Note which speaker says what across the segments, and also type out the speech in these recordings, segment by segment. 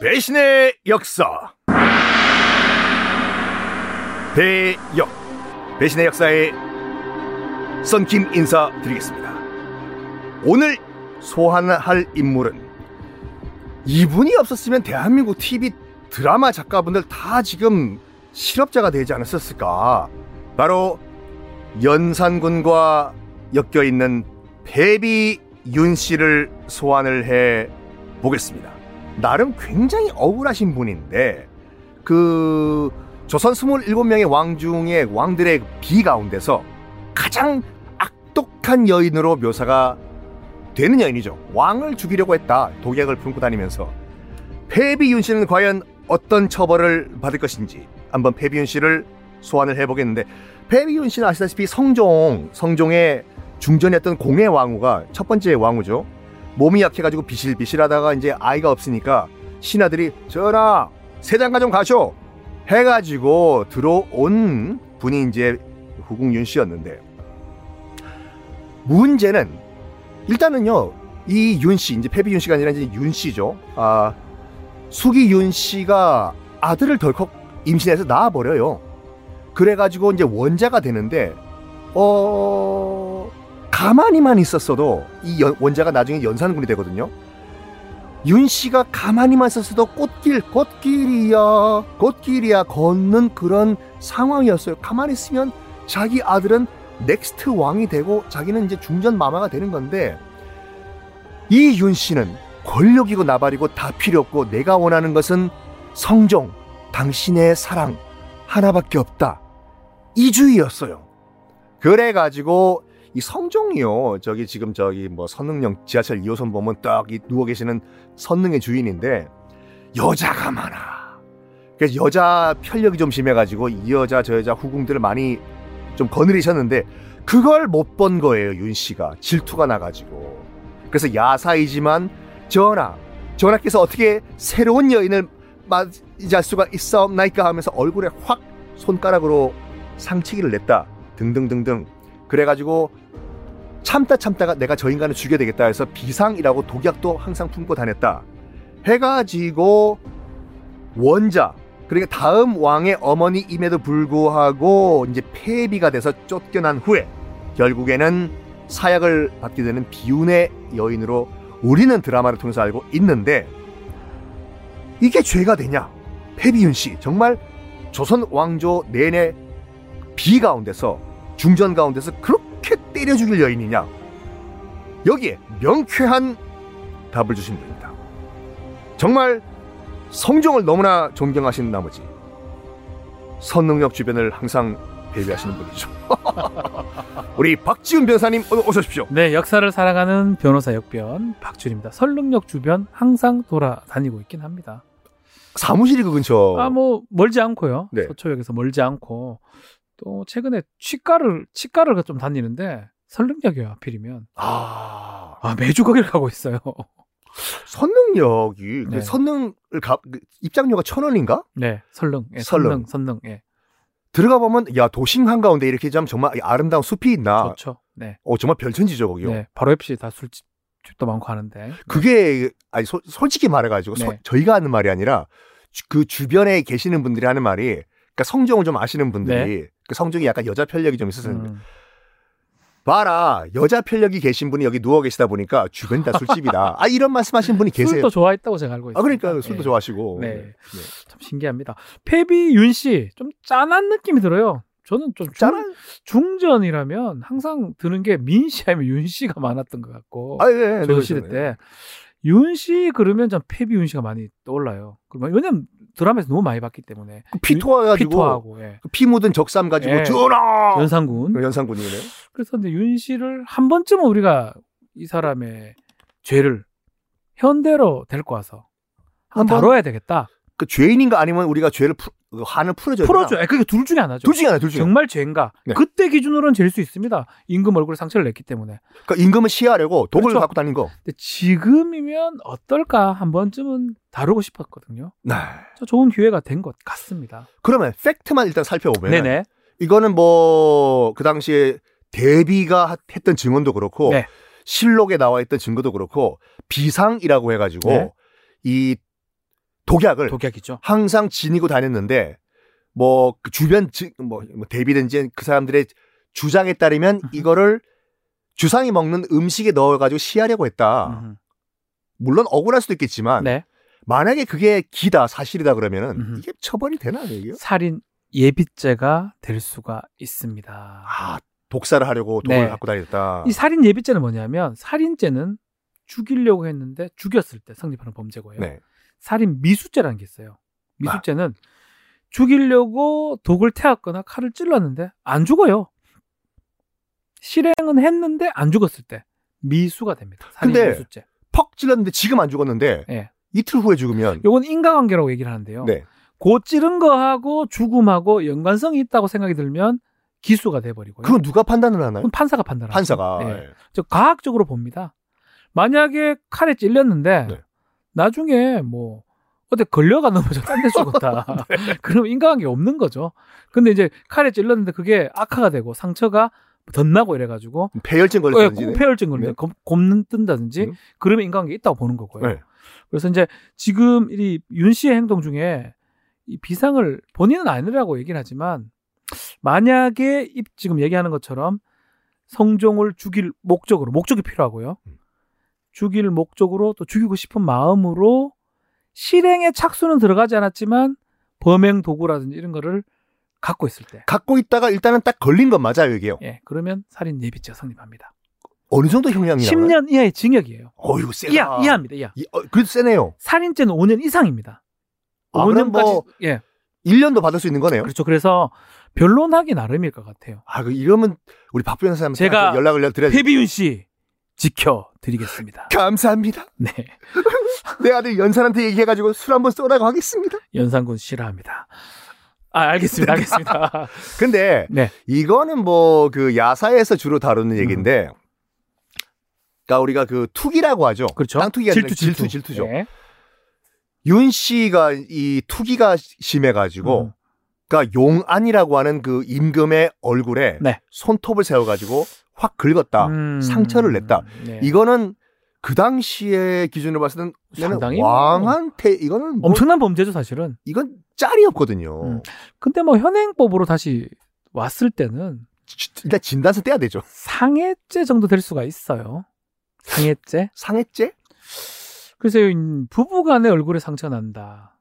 Speaker 1: 배신의 역사 배역 배신의 역사에 썬킴 인사드리겠습니다 오늘 소환할 인물은 이분이 없었으면 대한민국 TV 드라마 작가분들 다 지금 실업자가 되지 않았었을까 바로 연산군과 엮여 있는 배비 윤 씨를 소환을 해 보겠습니다. 나름 굉장히 억울하신 분인데 그 조선 27명의 왕 중에 왕들의 비 가운데서 가장 악독한 여인으로 묘사가 되는 여인이죠. 왕을 죽이려고 했다. 독약을 품고 다니면서 페비윤 씨는 과연 어떤 처벌을 받을 것인지 한번 페비윤 씨를 소환을 해보겠는데 페비윤 씨는 아시다시피 성종 성종의 중전이었던 공해 왕후가 첫 번째 왕후죠. 몸이 약해가지고 비실비실하다가 이제 아이가 없으니까 신하들이 전하 세장가 좀 가쇼 해가지고 들어온 분이 이제 후궁윤 씨였는데 문제는 일단은요 이 윤 씨 이제 패비윤 씨가 아니라 이제 윤 씨죠. 아 수기윤 씨가 아들을 덜컥 임신해서 낳아버려요. 그래가지고 이제 원자가 되는데 어 가만히만 있었어도 이 연- 원자가 나중에 연산군이 되거든요. 윤 씨가 가만히만 있었어도 꽃길 꽃길이야 꽃길이야 걷는 그런 상황이었어요. 가만히 있으면 자기 아들은 넥스트 왕이 되고 자기는 이제 중전 마마가 되는 건데 이 윤 씨는 권력이고 나발이고 다 필요 없고 내가 원하는 것은 성종 당신의 사랑 하나밖에 없다 이주의였어요. 그래 가지고 이 성종이요 저기 지금 저기 뭐 선릉역 지하철 2호선 보면 딱 이 누워 계시는 선릉의 주인인데 여자가 많아. 그래서 여자 편력이 좀 심해가지고 이 여자 저 여자 후궁들을 많이 좀 거느리셨는데 그걸 못 본 거예요 윤 씨가 질투가 나가지고 그래서 야사이지만 전하 전하께서 어떻게 새로운 여인을 맞이할 수가 있사옵나이까 하면서 얼굴에 확 손가락으로 상치기를 냈다 등등등등 그래가지고 참다 참다가 내가 저 인간을 죽여야 되겠다 해서 비상이라고 독약도 항상 품고 다녔다 해가지고 원자 그러니까 다음 왕의 어머니임에도 불구하고 이제 폐비가 돼서 쫓겨난 후에 결국에는 사약을 받게 되는 비운의 여인으로 우리는 드라마를 통해서 알고 있는데 이게 죄가 되냐? 폐비윤 씨 정말 조선 왕조 내내 비 가운데서 중전 가운데서 그렇게 때려 죽일 여인이냐? 여기에 명쾌한 답을 주신 분입니다. 정말 성종을 너무나 존경하신 나머지 선릉역 주변을 항상 배회하시는 분이죠. 우리 박지훈 변사님 어서 오십시오.
Speaker 2: 네, 역사를 사랑하는 변호사 역변 박준입니다. 설릉역 주변 항상 돌아다니고 있긴 합니다.
Speaker 1: 사무실이 그 근처.
Speaker 2: 아, 뭐 멀지 않고요.
Speaker 1: 네.
Speaker 2: 서초역에서 멀지 않고 또 최근에 치과를 치과를 좀 다니는데 설릉역이요 하필이면
Speaker 1: 아,
Speaker 2: 아 매주 거기를 가고 있어요.
Speaker 1: 선릉역이 그
Speaker 2: 네.
Speaker 1: 선릉을 가 그 입장료가 천 원인가?
Speaker 2: 네, 설릉, 예,
Speaker 1: 설릉.
Speaker 2: 설릉, 설릉, 예,
Speaker 1: 들어가 보면 야 도심 한 가운데 이렇게 참 정말 이 아름다운 숲이 있나?
Speaker 2: 좋죠. 네,
Speaker 1: 어 정말 별천지죠 거기요.
Speaker 2: 네, 바로 옆이 다 술집도 많고 하는데
Speaker 1: 그게 아니 소- 솔직히 말해가지고 소-
Speaker 2: 네.
Speaker 1: 저희가 하는 말이 아니라 주- 그 주변에 계시는 분들이 하는 말이 그러니까 성종을 좀 아시는 분들이 그 성종이 약간 여자 편력이 좀 있었는데
Speaker 2: 네. 음,
Speaker 1: 봐라 여자 편력이 계신 분이 여기 누워 계시다 보니까 주변 다 술집이다. 아 이런 말씀하시는 분이 계세요.
Speaker 2: 술도 좋아했다고 제가 알고 있어요.
Speaker 1: 아 그러니까 술도
Speaker 2: 예.
Speaker 1: 좋아하시고.
Speaker 2: 네.
Speaker 1: 네.
Speaker 2: 참 신기합니다. 페비 윤 씨, 좀 짠한 느낌이 들어요. 저는 좀
Speaker 1: 짠한.
Speaker 2: 중, 전이라면 항상 드는 게 민 씨 아니면 윤 씨가 많았던 것 같고
Speaker 1: 아 예. 예,
Speaker 2: 조선시대
Speaker 1: 네,
Speaker 2: 때. 윤 씨 그러면 전 페비 윤 씨가 많이 떠올라요. 그러면 왜냐면 드라마에서 너무 많이 봤기 때문에
Speaker 1: 그 피토와 가지고 그
Speaker 2: 피토하고 예.
Speaker 1: 피 묻은 적삼 가지고
Speaker 2: 예.
Speaker 1: 전하.
Speaker 2: 연산군.
Speaker 1: 그 연산군이네요.
Speaker 2: 그래서 근데 윤 씨를 한 번쯤은 우리가 이 사람의 죄를 현대로 데리고 와서 한번
Speaker 1: 한번-
Speaker 2: 다뤄야 되겠다.
Speaker 1: 그 죄인인가 아니면 우리가 죄를 풀, 그 한을 풀어줘야 되나?
Speaker 2: 풀어줘야. 아, 그게 둘 중에 하나죠.
Speaker 1: 둘 중에 하나, 둘 중에 하나.
Speaker 2: 정말 죄인가?
Speaker 1: 네.
Speaker 2: 그때 기준으로는 죄일 수 있습니다. 임금 얼굴에 상처를 냈기 때문에.
Speaker 1: 그러니까 임금을 시해하려고 독을
Speaker 2: 그렇죠.
Speaker 1: 갖고 다닌 거.
Speaker 2: 근데 지금이면 어떨까 한 번쯤은 다루고 싶었거든요.
Speaker 1: 네.
Speaker 2: 저 좋은 기회가 된 것 같습니다.
Speaker 1: 그러면 팩트만 일단 살펴보면
Speaker 2: 네네.
Speaker 1: 이거는 뭐 그 당시에 대비가 하- 했던 증언도 그렇고
Speaker 2: 네.
Speaker 1: 실록에 나와 있던 증거도 그렇고 비상이라고 해가지고
Speaker 2: 네.
Speaker 1: 이 독약을
Speaker 2: 독약이죠.
Speaker 1: 항상 지니고 다녔는데 뭐그 주변 지- 뭐, 뭐 대비든지 그 사람들의 주장에 따르면 이거를 주상이 먹는 음식에 넣어가지고 시하려고 했다.
Speaker 2: 음.
Speaker 1: 물론 억울할 수도 있겠지만
Speaker 2: 네.
Speaker 1: 만약에 그게 기다 사실이다 그러면은
Speaker 2: 음흠.
Speaker 1: 이게 처벌이 되나 이게?
Speaker 2: 살인 예비죄가 될 수가 있습니다.
Speaker 1: 아 독사를 하려고 독을
Speaker 2: 네.
Speaker 1: 갖고 다녔다.
Speaker 2: 이 살인 예비죄는 뭐냐면 살인죄는 죽이려고 했는데 죽였을 때 성립하는 범죄고요.
Speaker 1: 네.
Speaker 2: 살인 미수죄라는 게 있어요. 미수죄는
Speaker 1: 아.
Speaker 2: 죽이려고 독을 태웠거나 칼을 찔렀는데 안 죽어요. 실행은 했는데 안 죽었을 때 미수가 됩니다. 살인
Speaker 1: 근데-
Speaker 2: 미수죄.
Speaker 1: 퍽 찔렀는데 지금 안 죽었는데
Speaker 2: 예.
Speaker 1: 이틀 후에 죽으면
Speaker 2: 요건 인과관계라고 얘기를 하는데요.
Speaker 1: 네.
Speaker 2: 고 찌른 거하고 죽음하고 연관성이 있다고 생각이 들면 기수가 돼 버리고요.
Speaker 1: 그건 누가 판단을 하나요?
Speaker 2: 그건 판사가 판단하죠.
Speaker 1: 판사가
Speaker 2: 예. 저 과학적으로 봅니다. 만약에 칼에 찔렸는데
Speaker 1: 네.
Speaker 2: 나중에 뭐 어디 걸려가 넘어져 딴데 죽었다. 그럼 인과관계 없는 거죠. 근데 이제 칼에 찔렀는데 그게 악화가 되고 상처가 덧나고 이래가지고
Speaker 1: 폐혈증
Speaker 2: 예,
Speaker 1: 걸렸든지 네.
Speaker 2: 폐혈증 걸리면 곰는 뜬다든지
Speaker 1: 음.
Speaker 2: 그러면 인과관계 있다고 보는 거고요.
Speaker 1: 네.
Speaker 2: 그래서 이제 지금 이 윤 씨의 행동 중에 이 비상을 본인은 아니라고 얘기는 하지만 만약에 이 지금 얘기하는 것처럼 성종을 죽일 목적으로 목적이 필요하고요.
Speaker 1: 음.
Speaker 2: 죽일 목적으로 또 죽이고 싶은 마음으로 실행에 착수는 들어가지 않았지만 범행 도구라든지 이런 거를 갖고 있을 때
Speaker 1: 갖고 있다가 일단은 딱 걸린 건 맞아요 이게요.
Speaker 2: 예, 그러면 살인 예비죄가 성립합니다.
Speaker 1: 어느 정도 형량이 나요?
Speaker 2: 10년 이하의 징역이에요.
Speaker 1: 어유 세다.
Speaker 2: 이하 이하입니다. 이하.
Speaker 1: 이- 어, 그래도 세네요.
Speaker 2: 살인죄는 5년 이상입니다.
Speaker 1: 아, 그럼 뭐
Speaker 2: 예.
Speaker 1: 1년도 받을 수 있는 거네요.
Speaker 2: 그렇죠. 그래서 변론하기 나름일 것 같아요.
Speaker 1: 아, 그 이러면 우리 박 변호사님한테
Speaker 2: 제가
Speaker 1: 연락을 드려야 돼.
Speaker 2: 회비윤 씨 지켜드리겠습니다.
Speaker 1: 감사합니다.
Speaker 2: 네,
Speaker 1: 내 아들 연산한테 얘기해가지고 술 한번 쏘라고 하겠습니다.
Speaker 2: 연산군 싫어합니다. 아,
Speaker 1: 네.
Speaker 2: 알겠습니다, 알겠습니다.
Speaker 1: 근데
Speaker 2: 네, 음.
Speaker 1: 이거는 뭐 그 야사에서 주로 다루는 얘기인데, 그러니까 우리가 그 투기라고 하죠.
Speaker 2: 그렇죠.
Speaker 1: 땅 투기가 아니라 질투, 질투죠.
Speaker 2: 네.
Speaker 1: 윤 씨가 이 투기가 심해가지고,
Speaker 2: 음.
Speaker 1: 그러니까 용안이라고 하는 그 임금의 얼굴에
Speaker 2: 네.
Speaker 1: 손톱을 세워가지고 확 긁었다.
Speaker 2: 음,
Speaker 1: 상처를 냈다.
Speaker 2: 네. 이거는
Speaker 1: 이거는 그 당시의 기준으로 봤을 때는
Speaker 2: 상당히 뭐
Speaker 1: 왕한 태 이거는 뭐
Speaker 2: 엄청난 범죄죠, 사실은.
Speaker 1: 이건 짤이었거든요.
Speaker 2: 음. 근데 뭐 현행법으로 다시 왔을 때는
Speaker 1: 지- 일단 진단서 떼야 되죠.
Speaker 2: 상해죄 정도 될 수가 있어요. 상해죄.
Speaker 1: 상해죄?
Speaker 2: 그래서 부부간의 얼굴에 상처 난다.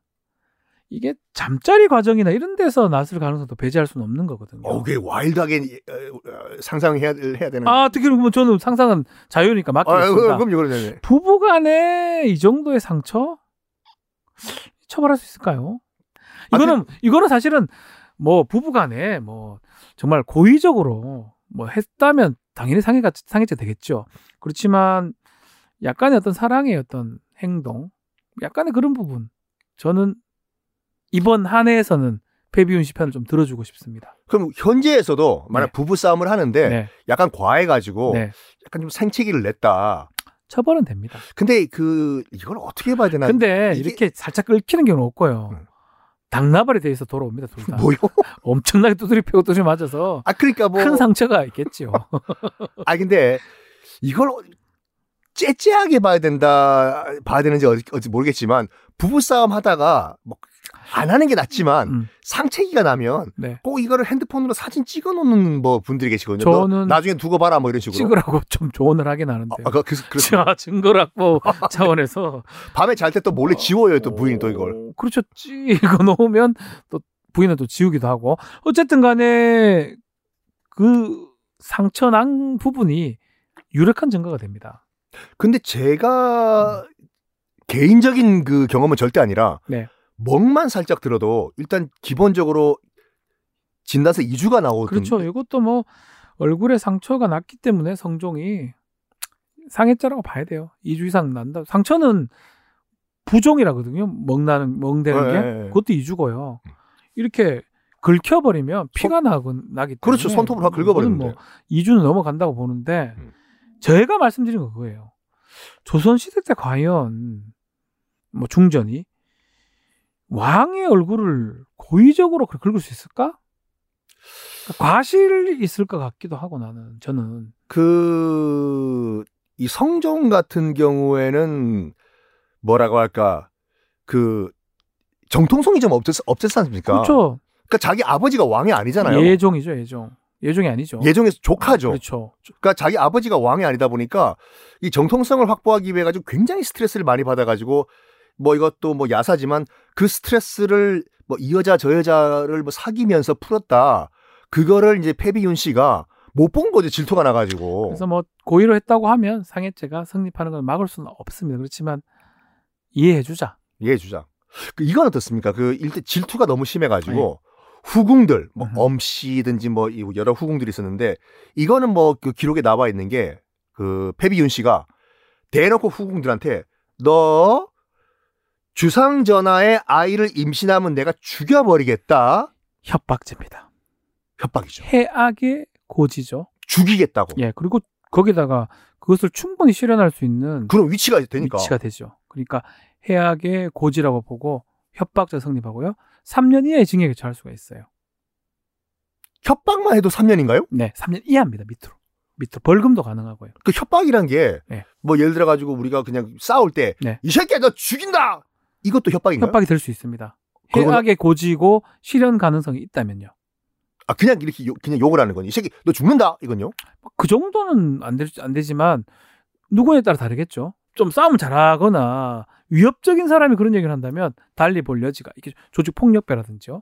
Speaker 2: 이게 잠자리 과정이나 이런 데서 났을 가능성도 배제할 수는 없는 거거든요.
Speaker 1: 어, 그게 와일드하게 어, 어, 상상해야 해야 되는.
Speaker 2: 아, 특히 그러면 저는 상상은 자유니까
Speaker 1: 아, 어,
Speaker 2: 맡기겠습니다. 네.
Speaker 1: 그럼 이거는
Speaker 2: 부부간에 이 정도의 상처 처벌할 수 있을까요?
Speaker 1: 아,
Speaker 2: 이거는 이거는 사실은 뭐 부부간에 뭐 정말 고의적으로 뭐 했다면 당연히 상해가 상해죄 되겠죠. 그렇지만 약간의 어떤 사랑의 어떤 행동, 약간의 그런 부분 저는 이번 한 해에서는 배비윤 씨 편을 좀 들어주고 싶습니다.
Speaker 1: 그럼 현재에서도 만약
Speaker 2: 네.
Speaker 1: 부부 싸움을 하는데 약간 과해가지고
Speaker 2: 네.
Speaker 1: 약간 좀 생채기를 냈다.
Speaker 2: 처벌은 됩니다.
Speaker 1: 근데 그 이걸 어떻게 봐야 되나?
Speaker 2: 근데
Speaker 1: 이게-
Speaker 2: 이렇게 살짝 긁히는 경우는 없고요.
Speaker 1: 음.
Speaker 2: 당나발에 대해서 돌아옵니다. 둘 다.
Speaker 1: 뭐요?
Speaker 2: 엄청나게 두드리 패고 두드리 맞아서
Speaker 1: 아 그러니까 뭐.
Speaker 2: 큰 상처가 있겠지요.
Speaker 1: 아 근데 이걸 째째하게 봐야 된다 봐야 되는지 어디, 어디 모르겠지만 부부 싸움 하다가 뭐 안 하는 게 낫지만
Speaker 2: 음.
Speaker 1: 상체기가 나면
Speaker 2: 네.
Speaker 1: 꼭 이거를 핸드폰으로 사진 찍어 놓는 뭐 분들이 계시거든요. 너
Speaker 2: 저는
Speaker 1: 나중에 두고 봐라 뭐 이런 식으로.
Speaker 2: 찍으라고 좀 조언을 하긴
Speaker 1: 아,
Speaker 2: 하는데요.
Speaker 1: 아, 그, 그, 그,
Speaker 2: 자, 증거라고 차원에서
Speaker 1: 밤에 잘 때 또 몰래 지워요 또 부인이 또 이걸.
Speaker 2: 어, 그렇죠. 찍어 놓으면 또 부인은 또 지우기도 하고 어쨌든 간에 그 상처 난 부분이 유력한 증거가 됩니다.
Speaker 1: 근데 제가 개인적인 그 경험은 절대 아니라
Speaker 2: 네.
Speaker 1: 멍만 살짝 들어도 일단 기본적으로 진단서 2주가 나오던
Speaker 2: 그렇죠. 이것도 뭐 얼굴에 상처가 났기 때문에 성종이 상해죄라고 봐야 돼요. 2주 이상 난다. 상처는 부종이라거든요. 멍나는 멍대는
Speaker 1: 예,
Speaker 2: 게
Speaker 1: 예, 예.
Speaker 2: 그것도 2주고요. 이렇게 긁혀버리면 피가 나고 나기 때문에
Speaker 1: 그렇죠. 손톱으로 확 긁어버리는데.
Speaker 2: 네. 뭐 2주는 넘어간다고 보는데
Speaker 1: 음.
Speaker 2: 제가 말씀드린 건 그거예요. 조선 시대 때 과연 뭐 중전이 왕의 얼굴을 고의적으로 그렇게 긁을 수 있을까? 그러니까 과실이 있을 것 같기도 하고 나는 저는
Speaker 1: 그 이 성종 같은 경우에는 뭐라고 할까 그 정통성이 좀 없었, 없었지 않습니까?
Speaker 2: 그렇죠.
Speaker 1: 그러니까 자기 아버지가 왕이 아니잖아요.
Speaker 2: 예종이죠, 예종. 예종이 아니죠.
Speaker 1: 예종에서 조카죠.
Speaker 2: 그렇죠.
Speaker 1: 그러니까 자기 아버지가 왕이 아니다 보니까 이 정통성을 확보하기 위해 가지고 굉장히 스트레스를 많이 받아가지고 뭐 이것도 뭐 야사지만 그 스트레스를 뭐 이 여자 저 여자를 뭐 사귀면서 풀었다. 그거를 이제 페비윤 씨가 못 본 거죠 질투가 나가지고.
Speaker 2: 그래서 뭐 고의로 했다고 하면 상해죄가 성립하는 건 막을 수는 없습니다. 그렇지만 이해해주자.
Speaker 1: 예, 주장. 그 이건 어떻습니까? 그 일단 질투가 너무 심해가지고 후궁들, 뭐
Speaker 2: 아, 음.
Speaker 1: 엄씨든지 뭐 이 여러 후궁들이 있었는데 이거는 뭐 그 기록에 나와 있는 게 그 페비윤 씨가 대놓고 후궁들한테 너 주상 전하의 아이를 임신하면 내가 죽여버리겠다
Speaker 2: 협박죄입니다.
Speaker 1: 협박이죠.
Speaker 2: 해악의 고지죠.
Speaker 1: 죽이겠다고.
Speaker 2: 예, 그리고 거기다가 그것을 충분히 실현할 수 있는
Speaker 1: 그럼 위치가 되니까.
Speaker 2: 위치가 되죠. 그러니까 해악의 고지라고 보고 협박죄 성립하고요. 3년 이하의 징역에 처할 수가 있어요.
Speaker 1: 협박만 해도 3년인가요?
Speaker 2: 네, 3년 이하입니다. 밑으로. 밑으로 벌금도 가능하고요.
Speaker 1: 그 협박이란 게 뭐
Speaker 2: 네.
Speaker 1: 예를 들어가지고 우리가 그냥 싸울 때 이
Speaker 2: 네.
Speaker 1: 새끼야 너 죽인다 이것도 협박인가요?
Speaker 2: 협박이 될 수 있습니다.
Speaker 1: 네. 그러면-
Speaker 2: 해악의 고지고 실현 가능성이 있다면요.
Speaker 1: 아 그냥 이렇게 욕- 그냥 욕을 하는 거니 이 새끼 너 죽는다 이건요
Speaker 2: 그 정도는 안, 될, 수- 안 되지만 누구에 따라 다르겠죠. 좀 싸움 잘하거나 위협적인 사람이 그런 얘기를 한다면 달리 볼 여지가 이게 조직 폭력배라든지요.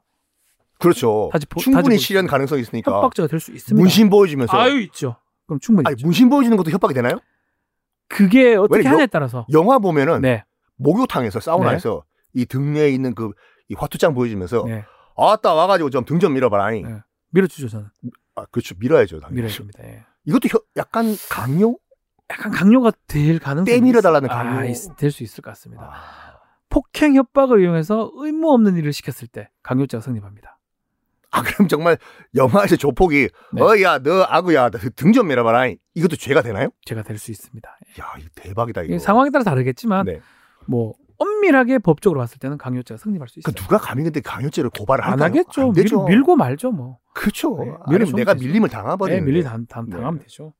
Speaker 1: 그렇죠
Speaker 2: 다시 보- 다시
Speaker 1: 충분히
Speaker 2: 보여주세요.
Speaker 1: 실현 가능성이 있으니까
Speaker 2: 협박죄가 될 수 있습니다.
Speaker 1: 문신 보여주면서 아니
Speaker 2: 아유 있죠. 그럼 충분히 있죠.
Speaker 1: 문신 보여주는 것도 협박이 되나요?
Speaker 2: 그게
Speaker 1: 왜
Speaker 2: 어떻게
Speaker 1: 여-
Speaker 2: 하냐에 따라서
Speaker 1: 영화 보면은
Speaker 2: 네.
Speaker 1: 목욕탕에서 사우나에서 이 등에 있는 그 이 화투장 보여주면서
Speaker 2: 네.
Speaker 1: 아따 와가지고 좀 등 좀 밀어봐라니
Speaker 2: 네. 밀어주죠 저는
Speaker 1: 아 그렇죠 밀어야죠 당연히
Speaker 2: 밀어줍니다. 예.
Speaker 1: 이것도 혀- 약간 강요
Speaker 2: 약간 강요가 될 가능성이
Speaker 1: 때밀어달라는
Speaker 2: 있-
Speaker 1: 강요. 아.
Speaker 2: 아, 있- 될 수 있을 것 같습니다. 폭행 협박을 이용해서 의무 없는 일을 시켰을 때 강요죄가 성립합니다.
Speaker 1: 아 그럼 정말 영화에서 조폭이
Speaker 2: 네.
Speaker 1: 어야 너 아구야 등 좀 밀어봐라니 이것도 죄가 되나요?
Speaker 2: 죄가 될 수 있습니다. 예.
Speaker 1: 야 이거 대박이다 이거
Speaker 2: 이게 상황에 따라 다르겠지만
Speaker 1: 네.
Speaker 2: 뭐 엄밀하게 법적으로 봤을 때는 강요죄가 성립할 수
Speaker 1: 그
Speaker 2: 있어요.
Speaker 1: 누가 감히 근데 강요죄를 고발을
Speaker 2: 안
Speaker 1: 할까요?
Speaker 2: 하겠죠.
Speaker 1: 안
Speaker 2: 밀,
Speaker 1: 되죠.
Speaker 2: 밀고 말죠 뭐.
Speaker 1: 그렇죠.
Speaker 2: 네,
Speaker 1: 아니면
Speaker 2: 밀어주면
Speaker 1: 내가
Speaker 2: 되죠.
Speaker 1: 밀림을
Speaker 2: 네,
Speaker 1: 당하버리는.
Speaker 2: 밀리 당, 당, 당하면
Speaker 1: 뭐 네.
Speaker 2: 되죠.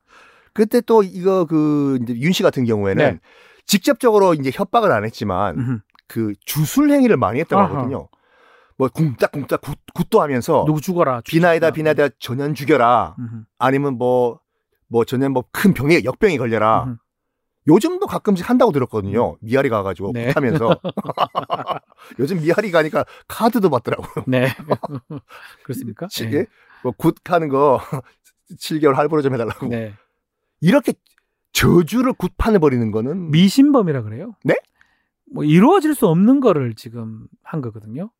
Speaker 1: 그때 또 이거 그 이제 윤 씨 같은 경우에는
Speaker 2: 네.
Speaker 1: 직접적으로 이제 협박을 안 했지만
Speaker 2: 음.
Speaker 1: 그 주술 행위를 많이 했다고
Speaker 2: 아하.
Speaker 1: 하거든요. 뭐 쿵딱쿵딱 굿, 굿도하면서
Speaker 2: 누구 죽어라. 죽-
Speaker 1: 비나이다 비나이다 전연 죽여라.
Speaker 2: 음.
Speaker 1: 아니면 뭐 뭐 전연 뭐 큰 병에 역병이 걸려라.
Speaker 2: 음.
Speaker 1: 요즘도 가끔씩 한다고 들었거든요. 미아리 가가지고
Speaker 2: 네.
Speaker 1: 하면서 요즘 미아리 가니까 카드도 받더라고요.
Speaker 2: 네. 그렇습니까?
Speaker 1: 치-
Speaker 2: 네.
Speaker 1: 예? 뭐굿 하는 거 7개월 할부로 좀 해달라고.
Speaker 2: 네.
Speaker 1: 이렇게 저주를 굿판을 버리는 거는
Speaker 2: 미신범이라 그래요.
Speaker 1: 네?
Speaker 2: 뭐 이루어질 수 없는 거를 지금 한 거거든요.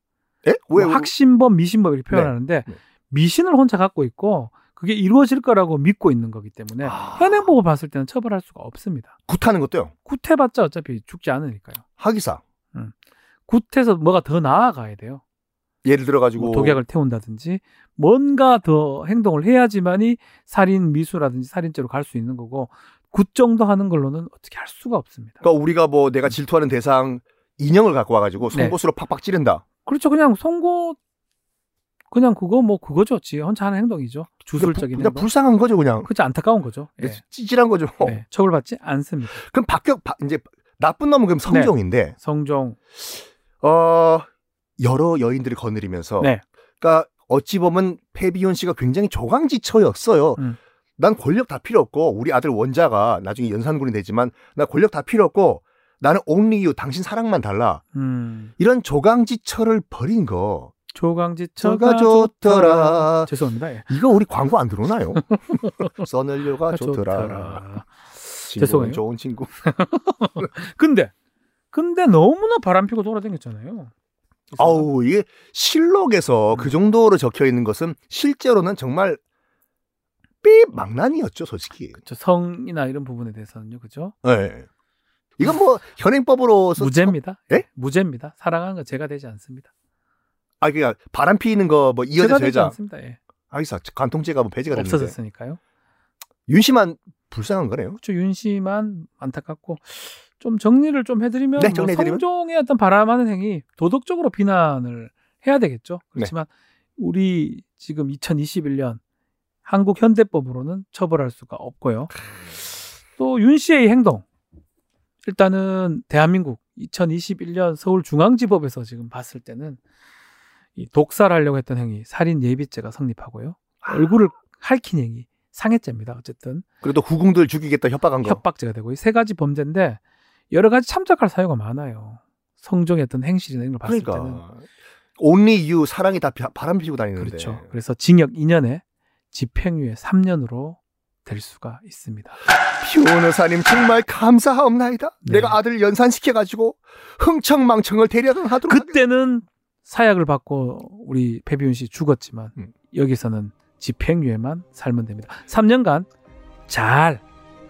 Speaker 1: 예? 왜
Speaker 2: 뭐 확신범, 미신범 이렇게 표현하는데
Speaker 1: 네.
Speaker 2: 미신을 혼자 갖고 있고 그게 이루어질 거라고 믿고 있는 거기 때문에
Speaker 1: 아.
Speaker 2: 네. 현행 보고 봤을 때는 처벌할 수가 없습니다.
Speaker 1: 굿하는 것도요?
Speaker 2: 구태봤자 어차피 죽지 않으니까요.
Speaker 1: 학위사
Speaker 2: 구태에서 뭐가 더 나아가야 돼요.
Speaker 1: 예를 들어가지고
Speaker 2: 뭐 독약을 태운다든지 뭔가 더 행동을 해야지만이 살인 미수라든지 살인죄로 갈 수 있는 거고 굿 정도 하는 걸로는 어떻게 할 수가 없습니다.
Speaker 1: 그러니까 우리가 뭐 내가 질투하는 대상 인형을 갖고 와가지고
Speaker 2: 네.
Speaker 1: 송곳으로 팍팍 찌른다.
Speaker 2: 그렇죠. 그냥 선고 그냥 그거 뭐 그거죠. 지 혼자 하는 행동이죠.
Speaker 1: 그냥 부-
Speaker 2: 주술적인
Speaker 1: 그냥
Speaker 2: 행동.
Speaker 1: 불쌍한 거죠 그냥.
Speaker 2: 그렇지 안타까운 거죠. 예.
Speaker 1: 찌질한 거죠.
Speaker 2: 네. 처벌받지 않습니다.
Speaker 1: 그럼 바뀌어 바- 이제 나쁜 놈은
Speaker 2: 네.
Speaker 1: 그럼 성종인데
Speaker 2: 성종
Speaker 1: 어 여러 여인들을 거느리면서
Speaker 2: 네.
Speaker 1: 그러니까 어찌 보면 페비온 씨가 굉장히 조강지처였어요.
Speaker 2: 음.
Speaker 1: 난 권력 다 필요 없고 우리 아들 원자가 나중에 연산군이 되지만 나 권력 다 필요 없고 나는 only you 당신 사랑만 달라
Speaker 2: 음.
Speaker 1: 이런 조강지처를 버린 거 저가
Speaker 2: 조강지처가
Speaker 1: 좋더라
Speaker 2: 죄송합니다. 예.
Speaker 1: 이거 우리 광고 안 들어오나요? 써늘료가 좋더라, 친구는
Speaker 2: 아, 죄송해요.
Speaker 1: 좋은 친구
Speaker 2: 근데 근데 너무나 바람 피고 돌아다녔잖아요.
Speaker 1: 아우 이게 실록에서
Speaker 2: 음.
Speaker 1: 그 정도로 적혀 있는 것은 실제로는 정말 삐 망난이었죠 솔직히
Speaker 2: 저 성이나 이런 부분에 대해서는요. 그죠?
Speaker 1: 예. 이건 뭐 현행법으로서
Speaker 2: 무죄입니다.
Speaker 1: 예?
Speaker 2: 무죄입니다. 사랑한 거 제가 되지 않습니다.
Speaker 1: 아 그냥 바람 피는 거 뭐 이 여자 저
Speaker 2: 제가 되지
Speaker 1: 여자
Speaker 2: 않습니다. 예.
Speaker 1: 아이사 관통죄가 뭐 배제가 됐는데
Speaker 2: 없어졌으니까요.
Speaker 1: 윤 씨만 불쌍한 거네요.
Speaker 2: 그렇죠. 윤 씨만 안타깝고 좀 정리를 좀 해드리면
Speaker 1: 네,
Speaker 2: 뭐
Speaker 1: 정리해드리면?
Speaker 2: 성종의 어떤 바람하는 행위 도덕적으로 비난을 해야 되겠죠.
Speaker 1: 네.
Speaker 2: 그렇지만 우리 지금 2021년 한국 현대법으로는 처벌할 수가 없고요. 또 윤 씨의 행동 일단은 대한민국 2021년 서울중앙지법에서 지금 봤을 때는 이 독살하려고 했던 행위, 살인 예비죄가 성립하고요.
Speaker 1: 아.
Speaker 2: 얼굴을 할킨 행위, 상해죄입니다. 어쨌든
Speaker 1: 그래도 후궁들 죽이겠다 협박한 거.
Speaker 2: 협박죄가 되고 이 세 가지 범죄인데 여러 가지 참작할 사유가 많아요. 성종의 어떤 행실이나 이런 걸 봤을 때는
Speaker 1: 그러니까 네, only you 사랑이 다 바- 바람 피우고 다니는데.
Speaker 2: 그렇죠. 그래서 징역 2년에 집행유예 3년으로 될 수가 있습니다.
Speaker 1: 피오노사님 정말 감사하옵나이다.
Speaker 2: 네.
Speaker 1: 내가 아들을 연산시켜가지고 흥청망청을 대려하도록
Speaker 2: 그때는 사약을 받고 우리 배비윤 씨 죽었지만
Speaker 1: 음.
Speaker 2: 여기서는 집행유예만 살면 됩니다. 3년간 잘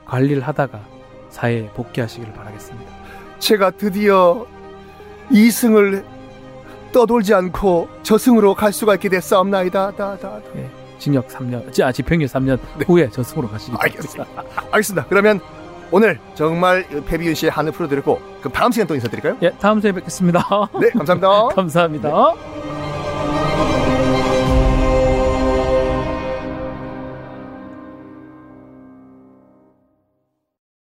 Speaker 2: 관리를 하다가 사회에 복귀하시기를 바라겠습니다.
Speaker 1: 제가 드디어 이승을 떠돌지 않고 저승으로 갈 수가 있게 됐사옵나이다. 다, 다, 다.
Speaker 2: 징역 3년, 아 집행유예 3년
Speaker 1: 네.
Speaker 2: 후에 저승으로 가시기
Speaker 1: 아, 알겠습니다. 알겠습니다. 그러면 오늘 정말 그 배비윤 씨의 한을 풀어드렸고 그럼 다음 시간 또 인사드릴까요?
Speaker 2: 예, 다음 주에 뵙겠습니다.
Speaker 1: 네, 감사합니다.
Speaker 2: 감사합니다.